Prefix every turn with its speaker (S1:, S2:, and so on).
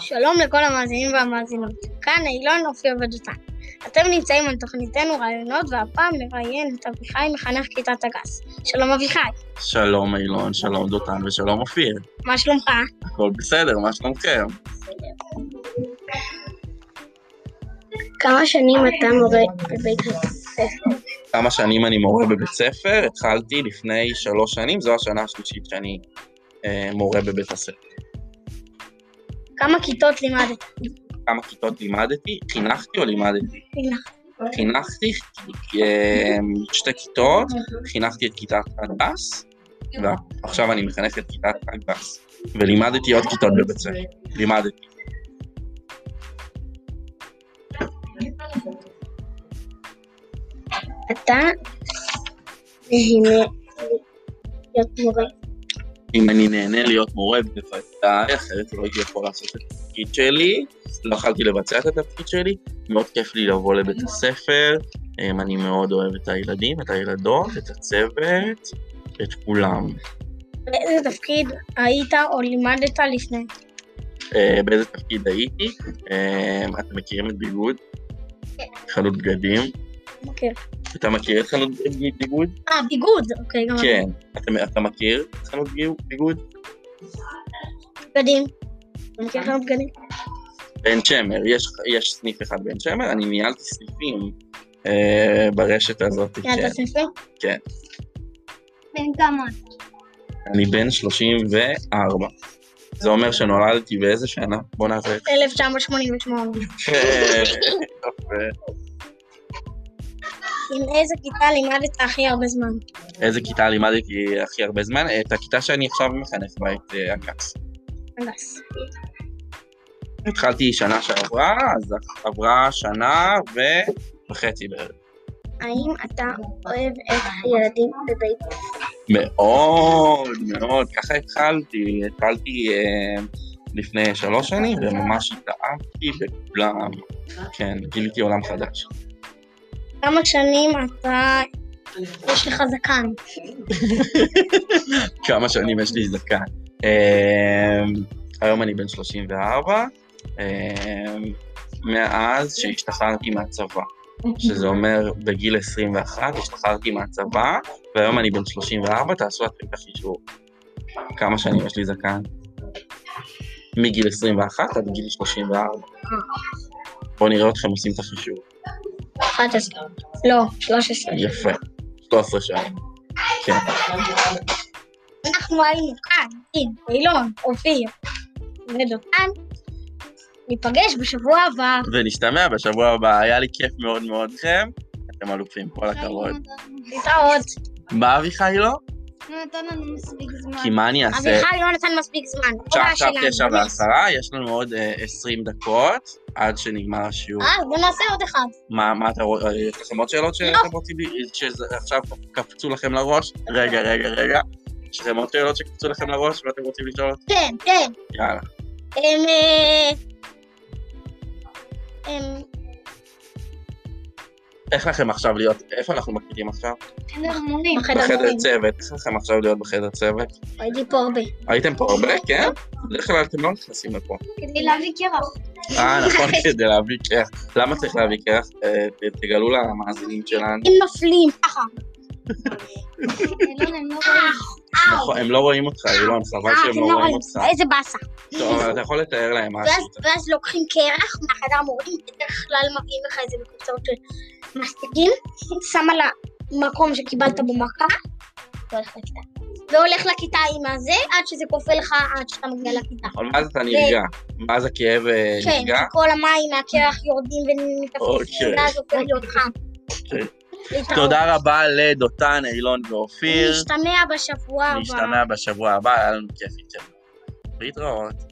S1: שלום לכל המאזינים והמאזינות, כאן אילון אופי עבודתן. אתם נמצאים על תוכניתנו רעיונות, והפעם נראיין את אביחי מחנך כיתת הגס. שלום אביחי,
S2: שלום אילון, שלום דותן ושלום אופיר.
S1: מה שלומך?
S2: הכל בסדר, מה שלומכם?
S1: כמה שנים אתה מורה בבית הספר?
S2: כמה שנים אני מורה בבית ספר, התחלתי לפני שלוש שנים, זו השנה השלישית שאני אה, מורה בבית הספר.
S1: כמה כיתות לימדת?
S2: כמה כיתות לימדתי? חינכתי או לימדתי?
S1: חינכתי.
S2: חינכתי אה, שתי כיתות, חינכתי את כיתת הדס, ועכשיו אני מחנך את כיתת הדס, ולימדתי עוד כיתות בבית ספר, לימדתי.
S1: אתה נהנה להיות מורה.
S2: אם אני נהנה להיות מורה בוודאי, אחרת לא הייתי יכול לעשות את התפקיד שלי, לא יכלתי לבצע את התפקיד שלי, מאוד כיף לי לבוא לבית הספר, אמ, אני מאוד אוהב את הילדים, את הילדות, את הצוות, את כולם.
S1: באיזה תפקיד היית או לימדת לפני?
S2: אה, באיזה תפקיד הייתי? אמ, אתם מכירים את ביגוד? חנות בגדים?
S1: מכיר.
S2: אתה מכיר את חנות ביגוד?
S1: אה, ביגוד. אוקיי, גם
S2: כן. אתם- אתה מכיר את חנות ביגוד?
S1: בגדים. אתה מכיר כמה בגדים?
S2: בעין שמר, יש, יש סניף אחד בעין שמר, אני ניהלתי סניפים אה, ברשת הזאת,
S1: כן,
S2: כן.
S1: אתה ספר?
S2: כן.
S1: בן כמה?
S2: אני בן 34. זה אומר שנולדתי באיזה שנה? בוא נעשה את
S1: 1988.
S2: זה.
S1: עם איזה כיתה לימדת הכי הרבה זמן?
S2: איזה כיתה לימדתי הכי הרבה זמן? את הכיתה שאני עכשיו מחנך בה, את אה, הגס.
S1: אגס.
S2: התחלתי שנה שעברה, אז עברה שנה ו... וחצי בערך.
S1: האם אתה אוהב את הילדים בבית?
S2: מאוד, מאוד. ככה התחלתי, התחלתי אה, לפני שלוש שנים, וממש התאהבתי בכולם. כן, גיליתי עולם חדש.
S1: כמה שנים אתה... יש לך זקן.
S2: כמה שנים יש לי זקן. אמ, היום אני בן 34, אמ, מאז שהשתחררתי מהצבא, שזה אומר בגיל 21 השתחררתי מהצבא, והיום אני בן 34, תעשו אתם את החישוב. כמה שנים יש לי זקן? מגיל 21 עד גיל 34. בואו נראה אתכם עושים את החישוב.
S1: 11. לא, 13.
S2: יפה. 13 שנים. כן.
S1: אנחנו היינו כאן, עם אילון, אופיר ודותן. ניפגש בשבוע הבא.
S2: ונשתמע בשבוע הבא, היה לי כיף מאוד מאוד לכם, אתם אלופים, כל
S1: אוקיי.
S2: הכבוד.
S1: להתראות.
S2: מה אביחי לא?
S3: נתן לנו מספיק זמן.
S1: כן.
S2: כי מה אני אעשה?
S1: אביחי לא נתן מספיק זמן.
S2: עכשיו
S1: הודעה
S2: עכשיו
S1: שלנו, אוקיי?
S2: תשע
S1: באמת.
S2: ועשרה, יש לנו עוד אה, עשרים דקות עד שנגמר השיעור.
S1: אה, בוא נעשה עוד אחד.
S2: מה, מה אתה רואה, יש לכם עוד שאלות
S1: לא.
S2: שאתם רוצים, לי- שעכשיו קפצו לכם לראש? רגע, רגע, רגע. יש לכם עוד שאלות שקפצו לכם לראש ואתם רוצים לשאול? אותי?
S1: כן, כן.
S2: יאללה.
S1: הם... אה, הם...
S2: איך לכם עכשיו להיות, איפה אנחנו מקליטים עכשיו?
S3: אין לנו מורים.
S1: בחדר
S2: בחדר
S1: מורים.
S2: צוות. איך לכם עכשיו להיות בחדר צוות?
S1: הייתי פה הרבה.
S2: הייתם פה הרבה, כן? בדרך כלל אתם לא נכנסים לפה.
S3: כדי להביא קרח.
S2: אה, נכון, כדי להביא קרח. למה צריך להביא קרח? אה, ת- תגלו למאזינים שלנו.
S1: הם נופלים ככה.
S3: אילון, הם לא רואים.
S2: נכון, הם לא רואים אותך, אילון, חבל
S1: אה,
S2: שהם לא רואים אותך.
S1: איזה באסה.
S2: טוב, אבל אתה יכול לתאר להם מה
S1: אה, ואז,
S2: עשית.
S1: ואז לוקחים קרח מהחדר מורים, בדרך כלל מביאים לך איזה בקבוצות של מסטיקים, שם על המקום שקיבלת בו מכה, והולך לכיתה. והולך לכיתה עם הזה, עד שזה כופה לך, עד שאתה מגיע לכיתה.
S2: אבל מאז נכון, אתה נרגע. מאז הכאב אה,
S1: כן,
S2: נרגע.
S1: כל המים מהקרח יורדים
S2: אוקיי.
S1: ומתפסים, ואז הופך להיות חם.
S2: אוקיי.
S1: להתראות.
S2: תודה רבה לדותן, אילון ואופיר.
S1: נשתמע בשבוע הבא.
S2: נשתמע בשבוע הבא, היה לנו כיף איתכם. להתראות.